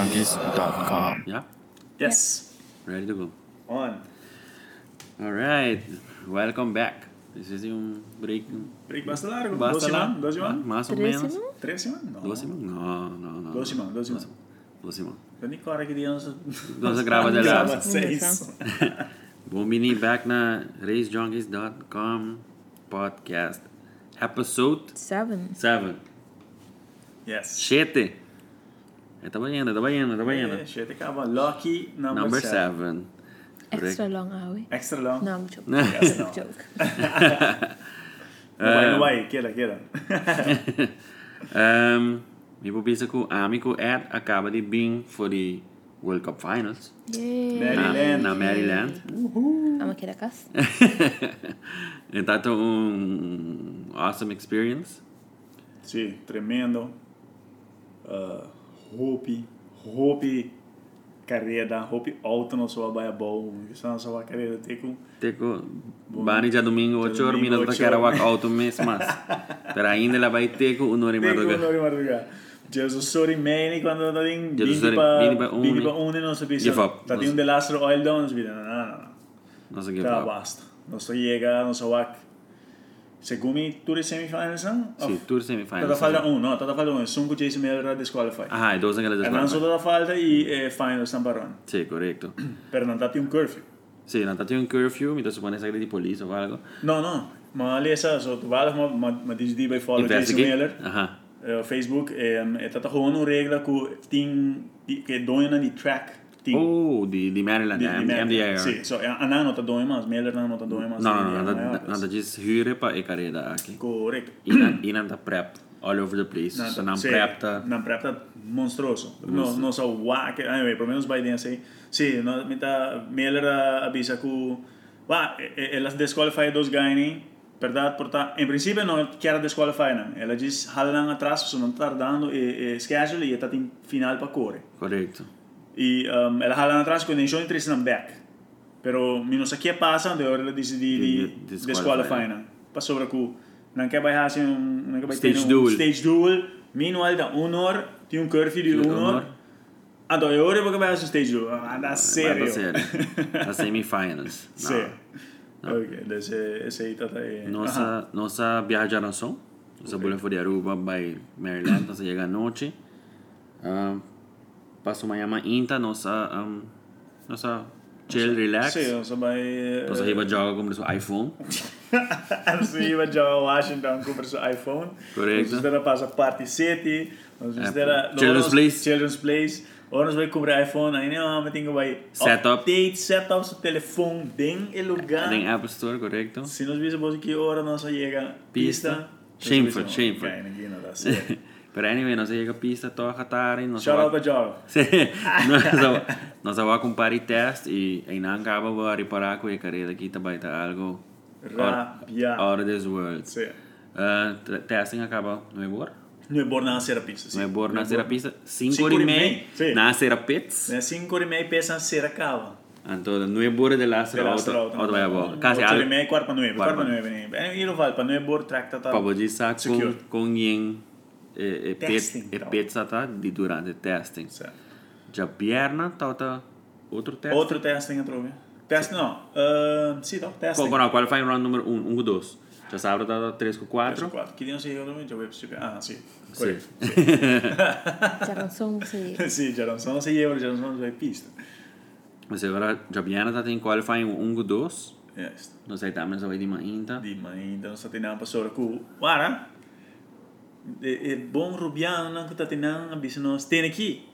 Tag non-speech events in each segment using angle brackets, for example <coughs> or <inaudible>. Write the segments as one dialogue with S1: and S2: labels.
S1: Changes.com.
S2: Yeah,
S3: Yes.
S2: ready to go.
S3: On.
S2: All right, welcome back. This is un break.
S3: Break basta largo. dos
S2: Basta lá.
S3: semanas, dos semanas.
S2: Más o
S4: Tres
S2: menos.
S4: semanas?
S3: Tres semanas. No.
S2: Dos semanas? No, no, no.
S3: Dos semanas, dos semanas.
S2: Dos semanas.
S3: Eu nem claro que dia nós...
S2: Nós grava
S3: <laughs>
S2: de lá.
S3: Grava seis.
S2: Bumini back na racejunkies.com podcast. Episode
S4: Seven.
S2: 7.
S3: Yes.
S2: Shete. É, Tava indo, tava indo, tava
S3: É,
S2: indo.
S3: shit, acaba. Lucky number,
S2: Number
S3: seven.
S2: 7.
S4: Extra É long, are we?
S3: Extra long.
S4: No, I'm joking.
S3: Yes, no.
S4: <laughs> joke.
S3: Não
S2: É.
S3: vai, não vai. Queira, queira.
S2: Um, mi pupisa ku amico at acaba de being for the World Cup Finals.
S4: Yay.
S2: Na,
S3: Maryland.
S2: na Maryland.
S4: Né? Vamos aqui da casa.
S2: <laughs> Então, foi um awesome experience.
S3: Sim, tremendo. Uh, hope. Hope. Carreira. Hope alta na sua baia ball. Isso é na sua carreira. Tem com...
S2: Teco, bani já domingo 8 horas,
S3: domingo,
S2: minuto para
S3: ocho
S2: que era
S3: horas.
S2: walk out mês mas.
S3: <laughs>
S2: Pero ainda lá vai teco, um hora e
S3: Tengo un
S2: madruga.
S3: ore madruga. Jesus sorry meni quando da din
S2: Jesus
S3: bindi
S2: sorry,
S3: pa
S2: bindi pa
S3: bindi
S2: uni.
S3: pa uni non so
S2: Give
S3: bisa.
S2: up.
S3: Da din de lastro oil down so bisa. No, no, no.
S2: Não sei o que
S3: Da
S2: foi.
S3: basta. Non so llega, non so wak. Segumi tu le semifinals an?
S2: Sim, tour semifinal.
S3: Tata falta un, no, tata falta un. Sunku Jason Miller era disqualified.
S2: Ah, é 12 que
S3: E non so
S2: eles
S3: tata falta i eh, finals an baron.
S2: Sim, correto.
S3: Per non dati un curfew.
S2: Sim, não tem um curfew, me supone que é de polícia ou algo.
S3: No, no. Ma lesa, so tu valach ma, ma, ma digidi by follow Jason Miller.
S2: Investigate. Aham.
S3: eh, Facebook ehm, e tata gewoon een regel ku ting di- che doina di track ting
S2: Oh, de, de Maryland,
S3: di,
S2: M-
S3: merk.
S2: MDR.
S3: Sì, so eh, e anan nota doina mas, meler nan nota doina mas.
S2: Não, não,
S3: di-
S2: não,
S3: di-
S2: nada,
S3: di-
S2: nada disso, hyra para e carreira aqui.
S3: Correct.
S2: E na- E nada prep, all over the place.
S3: Nan-
S2: So, não
S3: sì,
S2: prep tá.
S3: nan prep ta monstruoso. No, no so wa che anyway, per menos by then say. Sì, no meta meler ah, avisa ku wa e, e, e las disqualify dos gaini. Per dat porta in principio non chiara disqualify nan. E la gis halan atrás sono tardando e, e schedule e tata in final pa core.
S2: Correto.
S3: Y um, el jalan atrás con Nation tres en back. Pero mi no sé qué pasa, de ahora le dice di, di
S2: Di- di-
S3: disqualifying. Pas sobre cu. Non che vai a hacer un non che vai
S2: Stage
S3: tener un
S2: duel.
S3: Stage duel. Meanwhile da unor, ti un curfew di
S2: Di
S3: unor.
S2: unor.
S3: Ah, do ore perché vai a hacer stage duel. Ah, da serio.
S2: Tá sério. Tá semifinals. Não.
S3: Sì. Ok, desse esse aí tata é. Aha.
S2: Nossa, nossa viajação. um. Nossa okay. foi de Aruba by Maryland. Nossa chega à noite. Um, passo uma manhã inta. Nossa, um, nossa chill, relax.
S3: Sì, non so mai
S2: Nossa riba joga com o seu iPhone.
S3: Anzi, va già a Washington compra su iPhone.
S2: Correct.
S3: Ons is daar pas een party city. Ons is
S2: Apple.
S3: daar
S2: Ah, Children's
S3: ons-
S2: place.
S3: Children's place. Ons vai comprar iPhone. Aí não, mas tem que vai
S2: Setup.
S3: update, setup, seu telefone, ding e lugar.
S2: Tem App Store, correto?
S3: Se nós vimos que hora nós chega
S2: Pista.
S3: pista.
S2: Shameful,
S3: nós
S2: shameful.
S3: vimos, "Oké, ninguém
S2: <laughs>
S3: nada sério."
S2: Pero anyway, nossa chega à pista, toca tarde. Nossa
S3: Shout out
S2: <laughs>
S3: to Joe.
S2: nossa, nossa vai com party test e ainda acaba vai reparar com a carreira aqui. Também tá algo.
S3: Rabia.
S2: Out of this world.
S3: Sim.
S2: Uh, testing acaba 9 horas.
S3: Não é bom nascer a pista. sim.
S2: Não é boa na terapista. 5
S3: Cinco
S2: horas e
S3: e
S2: meia
S3: meia, sim.
S2: na terapista.
S3: Não é cinco e meia, pensa ser acaba.
S2: Então, não é boa de lá, será outra. Outra vai a bola. Casi
S3: algo.
S2: algo.
S3: Meia, quarto para nove.
S2: Quarto
S3: Quarto
S2: para
S3: para nove. né? E não vale, para nove, bor, track, tá, tá.
S2: Para você saber com,
S3: Secure.
S2: com quem é, é,
S3: Testing,
S2: pet, é
S3: então.
S2: pizza tá de durante testing.
S3: Certo.
S2: Já perna, tá outra, outro teste.
S3: Outro testing entrou, viu? Teste não. Uh, sim, então, testing.
S2: Qual, não, qualifying round número 1, 1 com 2. Já sabe, tá 3 com 4.
S3: Quatro. Que dia não sei eu também, já vou perceber. Ah, sim.
S2: Sim.
S3: Correto.
S4: Já lançou um sei.
S3: Sim, já não são, não sei eu, já não são, já é pista.
S2: Mas agora, já perna, tá tem qualifying 1 com 2.
S3: Yes.
S2: Não sei, tá, mas vai de manhã ainda.
S3: De mãe, então, só tem uma pessoa com... Para! É, é bom rubiano, não que tá tendo, a bicha nós tem aqui.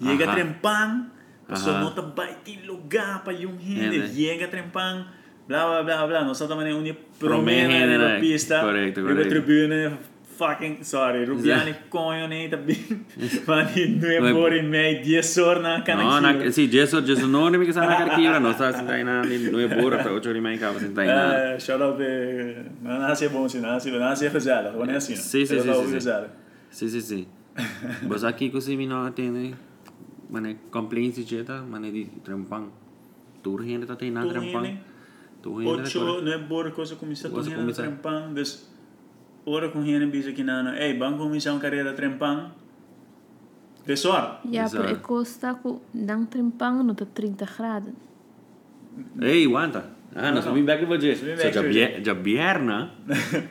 S3: Chega
S2: Aham.
S3: trempando, a pessoa
S2: Aham.
S3: não tá vai ter lugar para ir um
S2: Entende.
S3: render. Chega trempando, blá, blá, blá, blá. Nós só também unir
S2: Promena,
S3: promena
S2: né?
S3: na pista.
S2: Correto,
S3: e
S2: correto.
S3: o tribune, fucking, sorry, rubiano e conho, né? Tá
S2: <laughs>
S3: bem... Mani, não é por e meio, dia sor na
S2: No, na,
S3: canaquinha.
S2: sì, Gesù, Gesù non è mica sarà una carchiera, non sta senza in anni, lui è pure, però ci rimane in capo senza in anni.
S3: Eh, shout out de... Não nasce bom, se nasce, nasce é rezada. Não é assim.
S2: Sim, sim,
S3: Eu
S2: sim,
S3: tava
S2: sim, sim.
S3: rezada.
S2: Sì, sì, sì. Ma sa chi così mi non tiene, ma ne complaints eccetera, ma ne di trempan. Tu rende ta tena
S3: Tu
S2: trempan.
S3: rende?
S2: Tu rende
S3: Ocho,
S2: ta
S3: não é boa coisa começar
S2: Coisa
S3: com Renan
S2: começar.
S3: Trempan, des ora com Renan Bisa que nana, ei, vamos começar uma carreira Trempan, Det är <laughs> soar.
S4: Ja,
S2: Bizar.
S4: pero el costa cu um dan trimpang no te 30 graden.
S2: Ei, aguanta. Ah, nós vamos back pra direita.
S3: Vem
S2: Só
S3: back
S2: de
S3: pra
S2: bie- de bierna.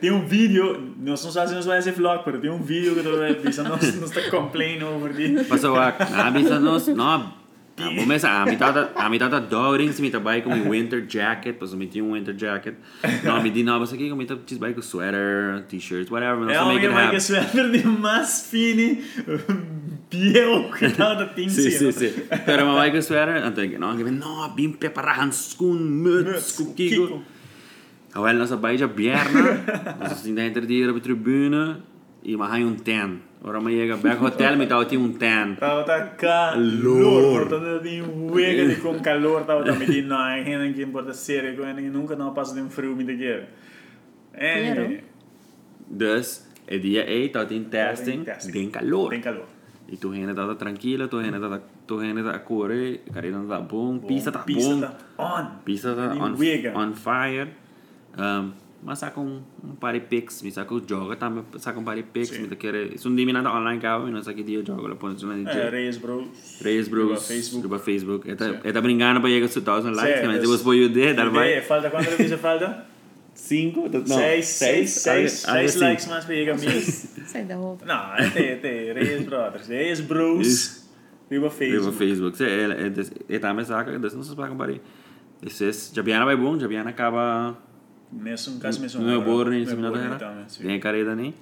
S3: tem um vídeo, nós não sabemos se nós vai ser vlog, mas tem um vídeo que eu tô pensando, nós nós tá complaindo over the...
S2: Passou a. Ah, bisa nos. Não. Ah, começa. A mitad da- a mitad da Dorings me trabalha com meu winter jacket. Passou me tinha um winter jacket. Não, me di novas aqui com me trabalha com sweater, t-shirts, whatever. Nós
S3: É
S2: vamos make
S3: alguém
S2: it
S3: vai que
S2: happen.
S3: se perde mais fine, <laughs> piel que tal da pinça.
S2: Sí, sí, sí. Pero me va a ir con sweater. Entonces, no, que me- no, bien preparado, handschoen, muts, con Kiko. Hoewel, als dat bij je bjerna, als het in de interdier op de tribune, je mag een ten. Waarom maar je gaat bij het hotel met altijd een ten.
S3: Tava tá calor,
S2: Calor.
S3: portanto tem huega de com calor, tava tá medindo, não, não que importa sério, que nunca não passa de um frio, me daquele. É,
S4: Claro.
S2: Dus, het dia 8 had in testing,
S3: testing.
S2: den calor.
S3: tem calor.
S2: Y tu gente está tranquila, tu gente está, tu gente está corre, carina está bom, pista está
S3: Pista
S2: bom,
S3: tá on.
S2: pista está
S3: Ni
S2: on,
S3: huega.
S2: on fire. Um, mas saca um, um par de pics, me saca o jogo também, saca um par de pics,
S3: Sim.
S2: me tá querendo, se um dia me nada online cava, não sei que dia eu jogo, eu ponho isso na
S3: É,
S2: DJ.
S3: Reis Bro.
S2: Reyes Brooks,
S3: Über Facebook.
S2: über Facebook. Está, está brincando para llegar a 100,000 likes.
S3: Sim,
S2: Também
S3: das-
S2: temos por UD, dar
S3: É,
S2: vai.
S3: falta quanto ele <laughs> falta?
S2: 5, não,
S3: seis, seis, assim. seis, seis likes mais para chegar a mim. <laughs>
S4: Sai da roupa.
S3: Não, é te, te, Reis Brothers, Reis Bros. Viva
S2: Über
S3: Facebook.
S2: Facebook. Sim, é, é, des- é também saca, das não se paga para aí. Esse é, Jabiana vai bom, Jabiana acaba
S3: Mesmo um caso, mesmo.
S2: no borne, em
S3: Não é
S2: cima da
S3: borne,
S2: terra.
S3: então, sim.
S2: Tem careta nem.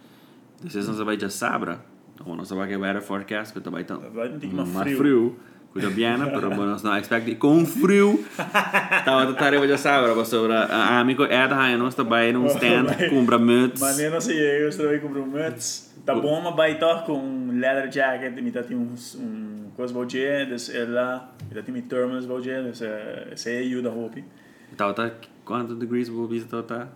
S2: Esse é não se vai já sabra. Então, Ou não se vai que vai a forecast, é que também tão
S3: Vai um pouquinho mais
S2: mais
S3: frio.
S2: então. frio. Com Jabiana, pero nós não expect com
S3: <laughs>
S2: frio. Tava a tarefa já sabra, mas sobre a ah, amigo Edha, não está bem num stand, com bramuts.
S3: Maneiro se chega, você vai comprar um Mets. Tá bom, uma baitoca com um leather jacket, me tá tem uns um coisa baldeadas, é lá, me tá tem me thermals baldeadas, essa é a da roupa.
S2: Então tá, quanto degrees vou visitar tá?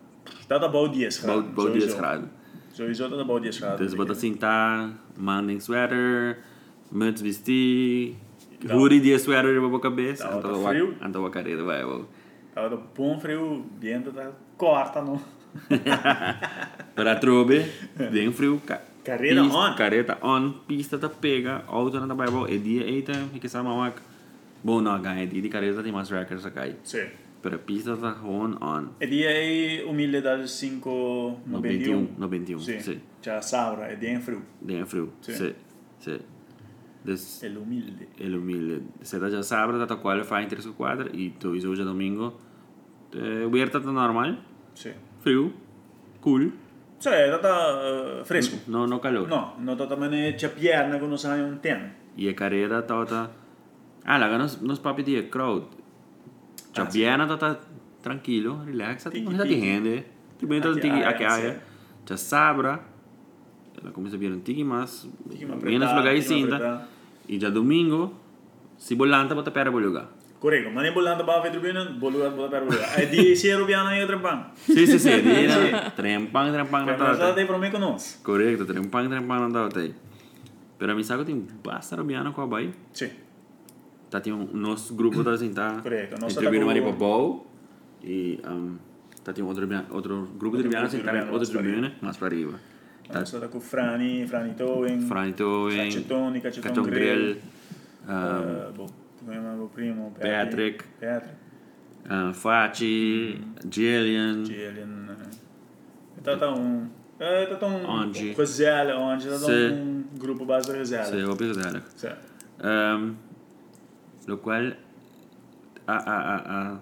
S3: Tá da baldias, cara.
S2: Bom dia, escrado.
S3: Sowieso tá da baldias, cara.
S2: Então você bota assim, tá, mandem sweater, muitos vestir, hoodie de sweater pra cabeça.
S3: Tá,
S2: Então
S3: tá
S2: a
S3: frio.
S2: Então a careta vai, vou.
S3: Tá da bom frio, dentro da corta, não.
S2: Para
S3: <laughs>
S2: trobe, bem frio. ca-
S3: Careta
S2: pista-
S3: on.
S2: Careta on, pista tá pega, auto na tá vai, vou. E dia eita, e que sabe, uma... Bom, não, ganha é dia de careta tem mais records a cair.
S3: Sim.
S2: Pero pista tá on, on.
S3: E dia é humilde das 5 no
S2: 91,
S3: 21.
S2: 91,
S3: Sim.
S2: sim.
S3: Já sabra, é dia frio.
S2: Bem frio,
S3: Sim.
S2: sim, sim. Des-
S3: É humilde.
S2: el humilde. Se da ya sabra, da cual fa entre su cuadra y tu hizo ya domingo. Eh, huerta tan normal,
S3: Sim.
S2: frío, cool,
S3: Sim, tá da fresco.
S2: no no calor.
S3: No, no to também é tia pierna quando sai um tempo.
S2: Y a carrera ta ta Ah, la ganas nos papi de crowd. Ya
S3: Ah, sí.
S2: bien ta ta tranquilo, relaxa, tem
S3: Tiki,
S2: muita
S3: tiki.
S2: gente. Tu bem
S3: Aquí
S2: tiki
S3: hay,
S2: a que
S3: sí.
S2: haya. Ya sabra. Ela começa a vir um tiki mas
S3: Tiki más
S2: menos
S3: apretado,
S2: lugar e
S3: tiki más
S2: cinta.
S3: apretado.
S2: E já domingo, se bolanta bota pera para lugar.
S3: Correct, mas nem bolando para a tribuna, boludo para para boludo. É dia se rubiana aí outra pan.
S2: Sí, sí, sí, mira. Trempang, trempang,
S3: Mas
S2: na tata.
S3: nada tem para mim com nós.
S2: Correcto, trempang, trempang não dá até. Pero me saco tem bastante biano com a bai.
S3: Sim.
S2: Tá tem um nosso grupo tá assim tá.
S3: Correcto, nós
S2: Entre
S3: tá com-
S2: Bino Maripopol e um, tá tem outro biano, outro grupo de biano
S3: Outro grupo de
S2: assim tá
S3: biano,
S2: outro
S3: mais pra
S2: biano, mas para riba. Tá
S3: Nós tá com Frani, Frani Toen,
S2: Franito em
S3: Cachetone, Cachetone
S2: Cachetone
S3: Grill.
S2: Grill, ah,
S3: eh, bom, também é meu primo,
S2: Patrick.
S3: Patrick,
S2: ah, Fati,
S3: Mm.
S2: Jillian,
S3: Jalen. eh, Tá tá um eh, Tá tá um
S2: Onde?
S3: Rosella, onde? Tá tá
S2: Sim.
S3: um grupo base da
S2: se
S3: Rosella.
S2: eu pensar.
S3: Sim.
S2: Ehm, lo qual a a a a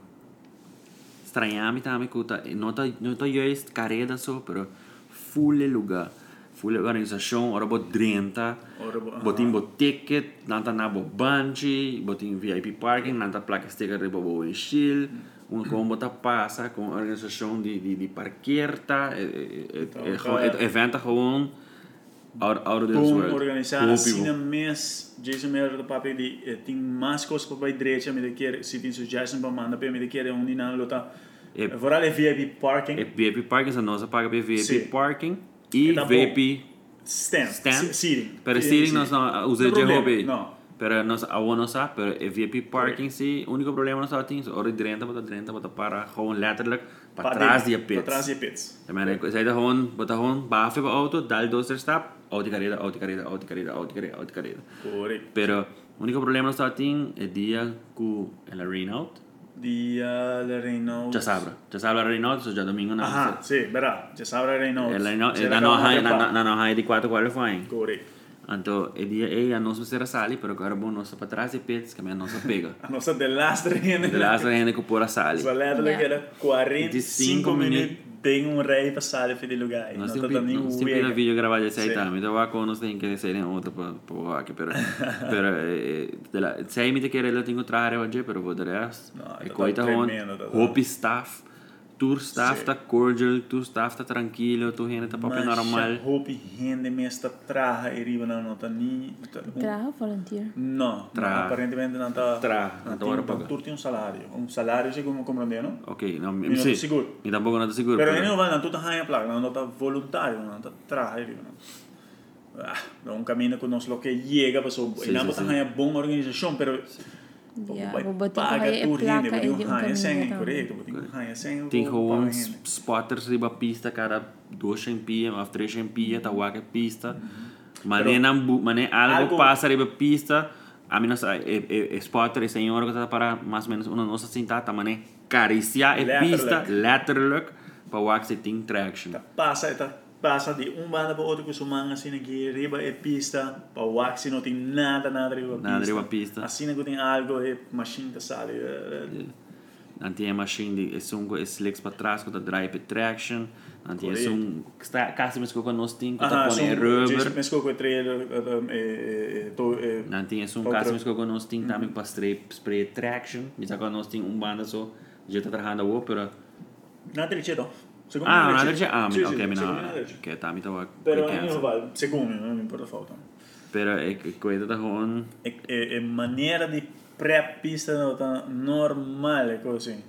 S2: estranhar-me também que tá, não tá não tá eu est careda só, pero full lugar, full organização, ora bot drenta,
S3: Ora bo-
S2: botin bot ticket, nanta na bo banchi, botin VIP parking, nanta placa sticker de bo en shield, um combo tá passa com organização de de de parquerta, é
S3: Tá, tá.
S2: é é evento gewoon out out of this
S3: Boom,
S2: world.
S3: organizar
S2: Poppy,
S3: assim na mês, Jason Miller do papel de eh, tem mais coisas para ir direita, me quer se tem sugestão para mandar para me quer um dinam lota.
S2: É.
S3: Vou lá VIP parking
S2: É VIP Parking, essa nossa paga para VIP
S3: Sim.
S2: Parking e
S3: É da
S2: VIP
S3: stand,
S2: Stand.
S3: se- seating.
S2: Para
S3: Eh,
S2: seating nós não usamos de
S3: problema,
S2: hobby.
S3: Não.
S2: Pero nós, a boa não sabe, pero é VIP parking sim. O único problema nós só temos, hora de direita, bota direita, bota para, gewoon letterlijk, para trás de pits.
S3: Para trás de pits.
S2: Ik meen, zij er gewoon, bota gewoon, bafen bij auto, dal dozer stap, auto carrera, auto carrera, auto carrera, auto carrera, auto carrera.
S3: Correto.
S2: Pero o único problema nós só temos é dia com ela rain out.
S3: Dia de Reynolds.
S2: Já sabe, já sabe a rain out, só já é domingo né? não.
S3: Ajá, sí, verdad. Ya sabrá Reynolds.
S2: Ela é não,
S3: Será
S2: ela
S3: que
S2: não,
S3: vamos a
S2: há-
S3: trepar.
S2: na- na não, há de quatro qualifying.
S3: Correto.
S2: Então, é dia ela não se será sali, pero agora bom, nós para trás e pits, que a minha nossa
S3: <laughs>
S2: pega.
S3: A nossa The Last Reynolds.
S2: De lá ainda que pôr a sali.
S3: Sua letra
S4: Yeah.
S3: que era 45
S2: 25
S3: minutos. Tem um rei pra sair de lugar. Não
S2: Nós
S3: tá
S2: temos
S3: dando
S2: que-
S3: nenhum
S2: nós temos que
S3: uega.
S2: vídeo gravar esse aí
S3: Sim.
S2: também. Então, agora nós temos que sair em outro para o aqui.
S3: <laughs>
S2: Pero, pero, eh, de lá, sei me que ela tem que trazer hoje, pero vou dar essa.
S3: Não, tá
S2: E coita
S3: tão
S2: on,
S3: tremendo, tá tão-
S2: hope staff, tour staff
S3: Sim.
S2: tá cordial, tour staff tá tranquilo, tu gente tá papo
S3: Mas
S2: normal.
S3: a roupa rende mesta traja e riba não não tá nem tá-
S4: Trabajo volunteer.
S3: não
S2: Traja.
S3: aparentemente não tá
S2: Traja,
S3: não
S2: não tá hora
S3: tem
S2: paga.
S3: tu tem um salário um salário se como compreendendo
S2: Ok, não,
S3: não
S2: sim.
S3: tô seguro.
S2: E tampouco não tô seguro.
S3: pero
S2: Pero,
S3: ele não vai não tu tá raia placa não tá voluntário não tá traja e riba não ah, não caminha com nós lo que chega passou
S2: Sim,
S3: e não
S2: sim,
S3: tá
S2: sim.
S3: raia bom organização pero
S4: Ya,
S3: vai
S4: vou botar
S3: paga
S4: raia
S3: tu
S4: placa
S3: rende
S4: e
S3: botar um
S4: de um
S3: raia
S4: caminho
S3: sem
S4: também.
S3: correto botar um raia sem
S2: tem
S3: vou pagar
S2: com
S3: rende.
S2: spotters riba pista, cara, dois champia, mas três champia, tá guaca pista. Mas
S3: Pero-
S2: nem nambu- mas nem
S3: Uhum. Algo-
S2: algo passa riba pista. A mim, nossa, é, é, é spotter, esse senhor que tá para mais ou menos uma nossa sentada, mas nem caricia é
S3: Letterlijk.
S2: pista, letterlijk, para guaca se tem traction.
S3: Tá Cioè, passa, tá passa de um banda para outro com sua manga assim aqui, riba é pista, para o axi não tem nada, nada riba
S2: Nada riba pista.
S3: Assim que tem algo, é machine eh, que sabe. É, é,
S2: Anti é machine de é sungo, é slicks para trás, com a drive e traction. Anti é
S3: Correct.
S2: sum, casi mesmo que nós temos, com
S3: Aham, um
S2: a
S3: são-
S2: rubber.
S3: diz- mescou com o trailer, eh, é, é, é, tô, é,
S2: Dan tem esse um
S3: Outra. Mhm.
S2: caso mas que eu não tenho também para spray, spray traction, mas agora nós temos um banda só, já está trabalhando a ópera.
S3: Nada de cheiro. Segundo
S2: Ah,
S3: nada
S2: na
S3: de
S2: verdade,
S3: cheiro.
S2: ah,
S3: Sim,
S2: mas
S3: sim,
S2: ok, mas
S3: segundo nada de
S2: não,
S3: cheiro.
S2: que está me tava
S3: Pero não vale, segundo, não me importa a falta.
S2: Pero é que coisa da Ron,
S3: É, é, é maneira de pré-pista não tá normal, é coisa assim.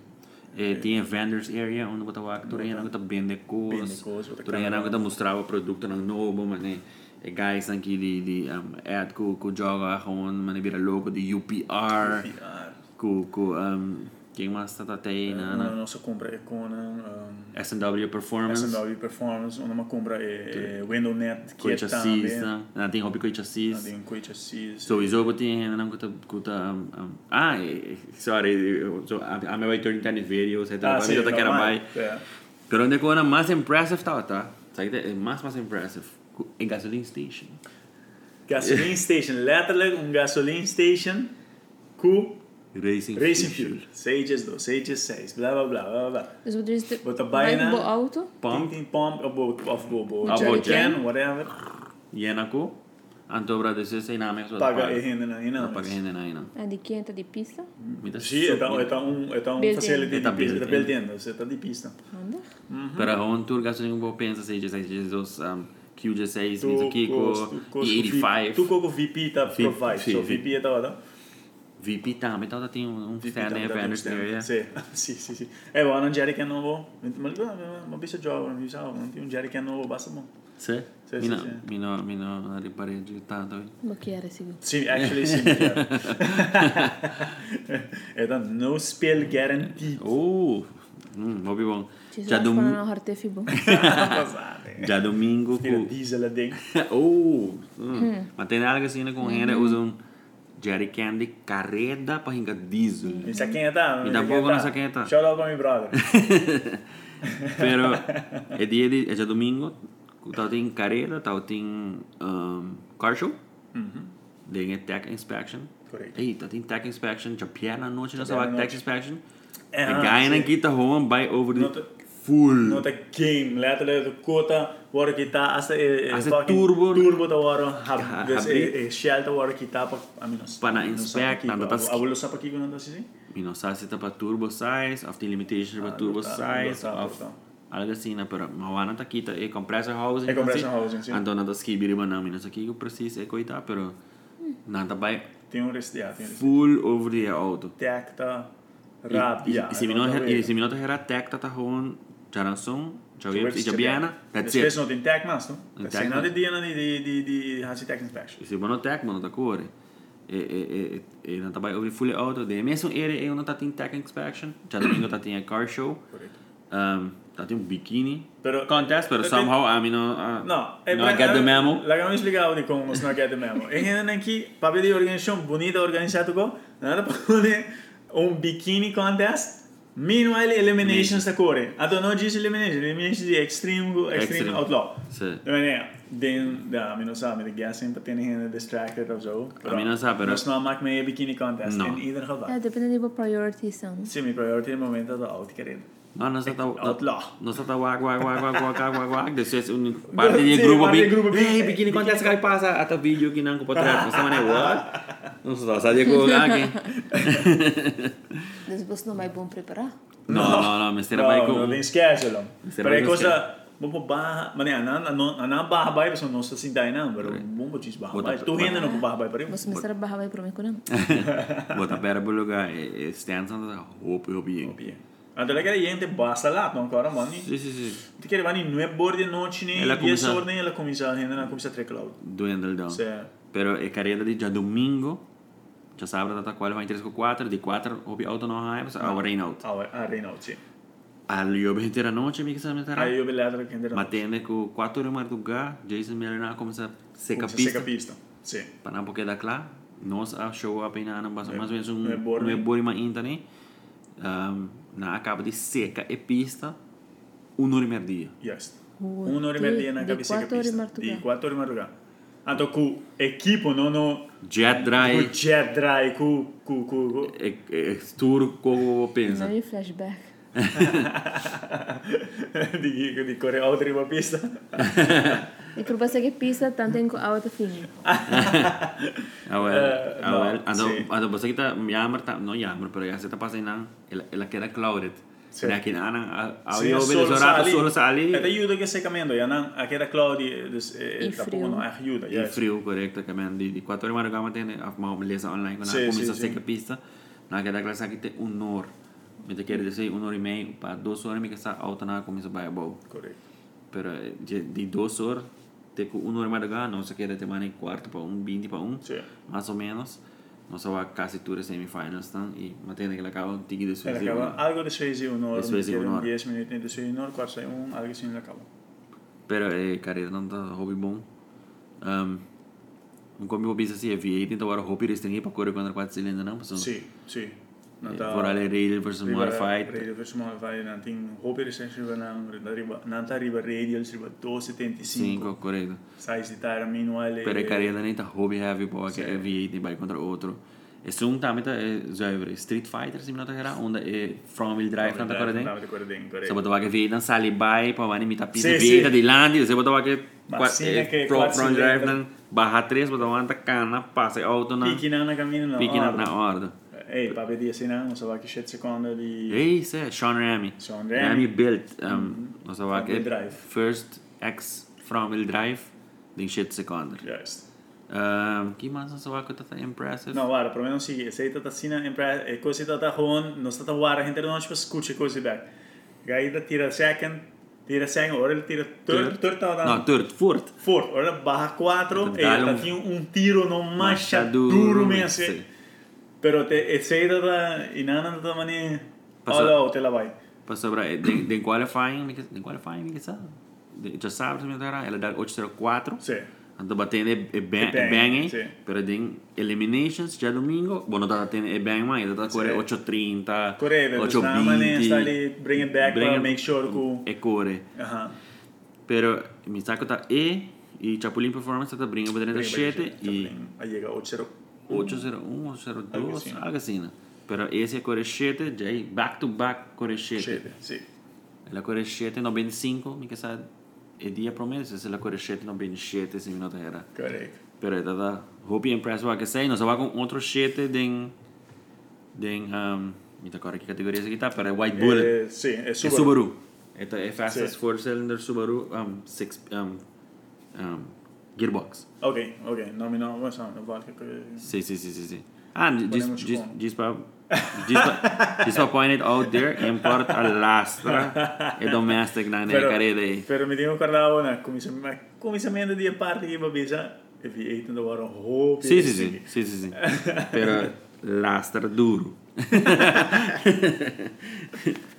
S2: é tinha vendors area onde bota o tu reina que vende
S3: Vende
S2: coisas,
S3: coisas, bota
S2: tu reina
S3: câmera.
S2: que mostrava produto não novo, mas né, é guys aqui de de um, ad que que joga Ron, mas vira logo de UPR,
S3: Ah,
S2: que que um, quem mais tá tá aí na
S3: Não,
S2: na
S3: não se compra, é com... ah,
S2: S&W Performance.
S3: SW Performance, onde uma compra é, é WindowNet, que é
S2: Coicha
S3: também. Ah,
S2: Cista, não né? Ah, tem hobby Coicha Cista.
S3: Tem Coit Assist.
S2: So, isso eu botei ainda não conta conta um, um, ah, eh, eh, sorry, eu- so, a a minha vai ter internet videos, etc. Para mim que era
S3: Ah, normal.
S2: vai.
S3: É.
S2: Pero onde que era mais impressive tá, tá? Sabe que é mais mais impressive cu- em gasoline station. <laughs>
S3: Gasoline Station, letterlijk um gasoline station com
S2: Racing,
S3: Racing Fuel. Sages 2, Sages 6, blá blá blá blá blá.
S4: Dus wat is de...
S3: Wat de bijna-
S4: Mijn auto.
S2: Pump
S3: Ting, ting, pump, of bo- of bobo.
S2: Ah, bo-
S3: can, whatever.
S2: Yenaco. é Anto Brasil sem nome só
S3: Paga e renda na renda.
S2: Paga ainda não.
S4: En die kind uit die piste.
S2: Me dá
S3: Sim, é tão- é
S2: super-
S3: tão um, é tão um
S4: Built-in.
S3: facility
S2: É
S3: de
S2: tão
S3: pista, tá
S2: built-in.
S3: perdendo, você tá de pista.
S4: Handig.
S3: uhum.
S2: Para onde tu gasolina vou pensa se Jesus Jesus um, Q16 isso aqui
S3: gosto-
S2: com
S3: gosto- Tu
S2: 85.
S3: com o VP tá
S2: Sim,
S3: provide,
S2: sim,
S3: so
S2: sim.
S3: VP é da hora. tá
S2: VP também, então tem um stand aí para area.
S3: Sì, <laughs> sì, sì, sì. E ho un jerrycan nuovo. Ma ho visto gioco, non mi usavo, non un jerrycan nuovo, basta mo.
S2: Sim?
S3: Sì, sì, sì.
S2: Mino, mino, mino, riparei di tanto.
S4: Blokkeren zeker.
S3: Sì, actually
S2: <laughs>
S3: sì. mi <laughs> chiaro. e da tá no spill
S2: <laughs>
S3: guarantee.
S2: Oh, hum, vou bem bom.
S4: Het is
S2: Já, um-
S4: echt van een
S2: dom...
S4: harte fibo.
S3: Passate.
S2: Já domingo
S3: Tira
S2: com...
S3: diesel a ding.
S2: <laughs> Oh, hum. mas tem algo assim né, com renda, usa um jerry can de carreta para ringar diesel.
S3: Mi sa che è da.
S2: Mi dà poco, non sa che è da.
S3: Ciao dopo mio
S2: <laughs>
S3: brother.
S2: Pero, é dia de... É já domingo, tal tem carreta, tal tem um, car show,
S3: Mhm.
S2: tem a tech inspection.
S3: Corretto.
S2: Ei, tá tem tech inspection, já piada à noite, já
S3: piada à
S2: sabe tech
S3: noite.
S2: inspection.
S3: Eh,
S2: A
S3: ah,
S2: guy
S3: sì.
S2: na kita home by over the
S3: Nota-
S2: full.
S3: Nota game, letterlijk de quota waar ik het als
S2: Als het turbo-
S3: eh, turbo te worden heb,
S2: Ja,
S3: dus
S2: hybrid.
S3: eh, eh, shell te worden ik daar aan mijn
S2: Pana inspect, aan dat als-
S3: Abul sapa kiko nanda sisi?
S2: E não sabe se tá para turbo size, of tem limitation para
S3: Ah,
S2: turbo
S3: tá,
S2: size,
S3: tá, tá,
S2: of
S3: tá.
S2: algo assim, né? Pero mawana tá kita e compressor housing.
S3: E Eh, compressor housing, sim.
S2: Então não tá skibiri banana, menos aqui que precisa e coitar, eh, pero não tá by
S3: Tem um rest, ja, tem um rest.
S2: full over the auto.
S3: Tecta,
S2: E-
S3: rap, ja.
S2: E e se minota e se minota era tecta tá home, já ransom, já vibes e já biana, that's
S3: Spes
S2: it.
S3: not in tech mas, no?
S2: In
S3: That's
S2: tech,
S3: it. Nada
S2: man. é
S3: dia na di di di di hasi tech inspection.
S2: E se bono tech, bono tá core. E, e, e, e, e não tá trabalha over full auto. De mesmo era eu não tá tem tech inspection. Já domingo tá tem a car show.
S3: Correto.
S2: Um, tá tem um biquíni.
S3: Pero-
S2: Contest, pero
S3: Pero-
S2: somehow a mí no. ah,
S3: No, eh,
S2: no
S3: pra-
S2: I get the memo.
S3: La que me explicaba ni cómo no get the memo. En general aquí, papi de organización bonita organizada con, nada <laughs> pone un bikini contest. Meanwhile, eliminations da core. A to no dice elimination, elimination de extreme, extreme,
S2: Extreme.
S3: outlaw.
S2: Sí.
S3: De manera, den, da, a mí no sabe, de gas siempre tiene gente distracted of so.
S2: mí no sabe, pero-
S3: No es normal que me bikini contest
S2: No.
S3: en either
S4: Ja,
S3: geval.
S4: É, depende de wat priorities zijn.
S3: Sí, mi priority en el momento es out, querido.
S2: No, Eh, no está tan.
S3: Outlaw.
S2: No está tan guac, guac, guac, guac, guac, guac, guac. Después un parte de
S3: Sí,
S2: grupo
S3: parte de grupo
S2: big.
S3: big.
S2: Hey, Eh, bikini contest, ¿qué pasa? Hasta vídeo que no puedo traer. No se maneja, <laughs> what? No se está Diego aquí.
S4: Dus was nog mij bom preparar.
S2: No, no, no, me estoy
S3: No,
S2: trabajando.
S3: no, nem esquece, Lão.
S2: Você
S3: Peraí,
S2: vai esquecer.
S3: coisa. Bombo barra. Mano, a na- na barra bai, pessoal, não se sinta aí, não, mano. Bombo diz barra
S2: Bota-
S3: bai. Tu renda não com barra bai, peraí.
S4: Was me sarap bahabai pro mikunan.
S2: Botar para o lugar. Stands on the hope, hope, hope.
S3: Até lá que era gente basta lá, não, agora, mano.
S2: Sí, sí, sí.
S3: Te quer levar não é bordo de noite, nem
S2: Ela
S3: dia
S2: começa-
S3: sor, nem ela começa a renda, ela começa a treclar.
S2: Dwindle down.
S3: Certo.
S2: Pero é careta de dia domingo. Já sabe, tá qual vai em 3 com 4. De 4, hope, auto, não raio. Agora, rain out.
S3: A Reinaldo, sim.
S2: Al yo entera noche, mi que se me estará.
S3: Aí eu beleza que entra.
S2: Matene com 4 horas de madrugada, Jason Miller começa a secar
S3: Seca
S2: pista.
S3: pista. Sim.
S2: Para não porque dá claro, nós a show up em Ana, mais ou menos um
S3: não é boa, né?
S2: não é boa mas ainda né? Um, na acaba de seca e pista, um hora e meia dia.
S3: Yes.
S4: Hoe
S3: Uma hora e meia na
S4: de
S3: cabeça que
S4: quatro horas de
S3: pista.
S4: madrugada.
S3: De quatro horas de madrugada. Ah, tô com equipo, não, não.
S2: Jet
S3: Com
S2: dry,
S3: jet dry, com. com- com- com-
S2: é, é, tour como pensa.
S4: Nou je é flashback.
S3: <laughs> di, di correr a outra uma pista.
S4: Ik probeer zeggen pizza, dan denk ik oude vinger.
S2: Ah, well,
S3: Eh,
S2: ah,
S3: no,
S2: well. Ando,
S3: sí.
S2: ando, você que tá, jammer, tá, não jammer, pero já se tá passando, não. ela, ela queda clouded.
S3: Sí.
S2: Sí. Aqui na Ana, a, a,
S3: Sì,
S2: eu vejo o rato, solo sali,
S3: Ed aiuto che stai cambiando, Janan, a che era eh, Claudio,
S4: Il
S3: dopo
S4: frio.
S3: non aiuta.
S2: E
S3: Ah, yes.
S2: frio, correcto, também de, de 4 horas da manhã, a uma beleza online, quando
S3: Sì,
S2: começa
S3: sì,
S2: a
S3: sì.
S2: seca pista, na que da classe aqui tem um hora. Me te quer dizer, um hora e meia, para 2 horas, me que está alta na começa a baia bom.
S3: Corretto.
S2: Pero de, de 2 horas, te com 1 hora mais da não se quer ter mais nem quarto para um, 20 para um,
S3: Sì.
S2: mais ou menos. Nós só vai quase tudo semifinals, tá? E mantendo que ela acaba, tique de
S3: E
S2: suicídio.
S3: la algo di Svesi un'ora,
S2: Di Svesi
S3: che era un
S2: un'ora.
S3: 10 minuti di Svesi un'ora, qua sei un, algo che la cavo.
S2: Pero, eh, carreira não tá hobby bom. Um, um como eu penso assim, é V8, então agora hobby restringe para correr contra 4 cilindros, não? Pessoal?
S3: Sì, sì.
S2: É,
S3: Nata-
S2: Voor alle radial versus Eh,
S3: Riba-
S2: modified.
S3: Radial versus modified, nantin, hope recession, nanta riba radial, riba 275.
S2: 5, correto.
S3: Sai citare manuale.
S2: Pero é careta nem tá hobby heavy, pô, que
S3: Sim.
S2: é V8 vai contra outro. Esse um também tá é zuiver. Street Fighter, se não tá errado, onde é From Wheel Drive, não tá correto? Se eu
S3: corretto.
S2: botar que V8 não sai by, pô, vai imitar pista
S3: Sim,
S2: V8
S3: sim.
S2: de Landy, se eu botar que
S3: Mas
S2: qua-
S3: sim,
S2: é,
S3: né, que
S2: From
S3: quatro
S2: Front Drive,
S3: cilindros.
S2: não, barra 3, botar uma cana, passa é auto na,
S3: Picchi nana cammina, no.
S2: pique na,
S3: orda.
S2: na ordem.
S3: Ehi, papi di Sina, non so che c'è seconda di...
S2: É isso, é Sean Ramy.
S3: Sean Remy.
S2: Ramy built, um, nós
S3: From
S2: que
S3: Wheel Drive.
S2: First X From Wheel Drive, de shit seconder.
S3: Yes.
S2: Um, que mais nós que tá impressive?
S3: No, guarda, perlomeno sì, se è Sina e così stata con, non stata guarda, gente tipo, non ci scucce così back. Gaida tira second, tira second, ora tira third, third out
S2: Não, third, Então, um fourth.
S3: fourth, ora barra 4 e
S2: Dale
S3: la
S2: un-
S3: tiene un um tiro non mascia duro mese. Però te tá- e tá sei stata in un'altra maniera,
S2: Passa-
S3: allora te la vai.
S2: Para sobrar, eh, de, de qualifying, de qualifying, que sabe? De, já sabe, se me entrar, ela dá 804.
S3: Sì.
S2: Então, batendo é, é bem,
S3: É bem,
S2: é bem,
S3: sim.
S2: hein? Pero tem eliminations, já domingo. Bom, não tá batendo é bem mais, tá corre
S3: Sim.
S2: 830,
S3: Correva, questa maniera sta lì, bring it back,
S2: Bring
S3: but
S2: it-
S3: make sure che...
S2: É corre.
S3: Aham.
S2: Pero mi sa que tá E e Chapulin Performance tá brinca para dentro da shete e
S3: Aí chega o zero.
S2: 801, 802,
S3: Algo assim.
S2: algo assim, né? Pero esse é corechete, já é back to back corechete.
S3: Chega, sim.
S2: La corechete 95, mi que sabe, é dia promesso, essa é la corechete 97, se mi nota era.
S3: Correto.
S2: Pero tá tá, hope impressed va que sei, não só vai com outro shete den den um, mi tá corre que categoria essa aqui tá, pero é white bullet.
S3: É, sim, é
S2: É
S3: Eh, Subaru.
S2: Subaru. Ito é fastest
S3: Sì.
S2: four cylinder Subaru um, six um, um, gearbox.
S3: Ok, ok. Nome não, mas não, não vale que...
S2: Sì, sì, sì, sì, sì. Ah, just
S3: Parliamoci
S2: just
S3: buono.
S2: just pa just pa point it out there import all'astra e domestic na ne
S3: Però-
S2: care dei.
S3: Pero me tenho guardado, né? Começamento de parte que babisa. if he ate in the water a whole
S2: Sim,
S3: piece.
S2: sim, sim. sim, sim,
S3: <laughs>
S2: sim. Pero lastra duro.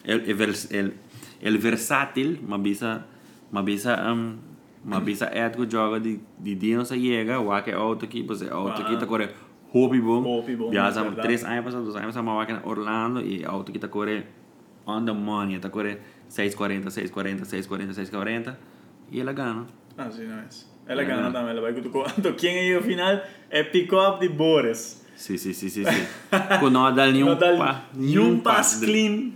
S2: el, el, vers- el, el versátil, mabisa, mabisa, um, mabisa ético joga de, de dia não se chega, o que é outro aqui, você é outro aqui, tá correndo. Hobby bom.
S3: Ah. Hopi bom,
S2: Viaja
S3: verdade.
S2: três anos passados, dois anos passamos aqui em Orlando e outro aqui tá correndo on the money, tá correndo 640, 640, 640, 640 e ela ganha.
S3: Ah, sí, no es. Él la
S2: Yeah.
S3: gana también, la va a cuando quien llegó al final es pick up de Boris.
S2: Sim, sim, sim, sim, sim. <laughs> Com não dá um nenhum
S3: No
S2: pa-
S3: da ni un
S2: pa-
S3: pass clean,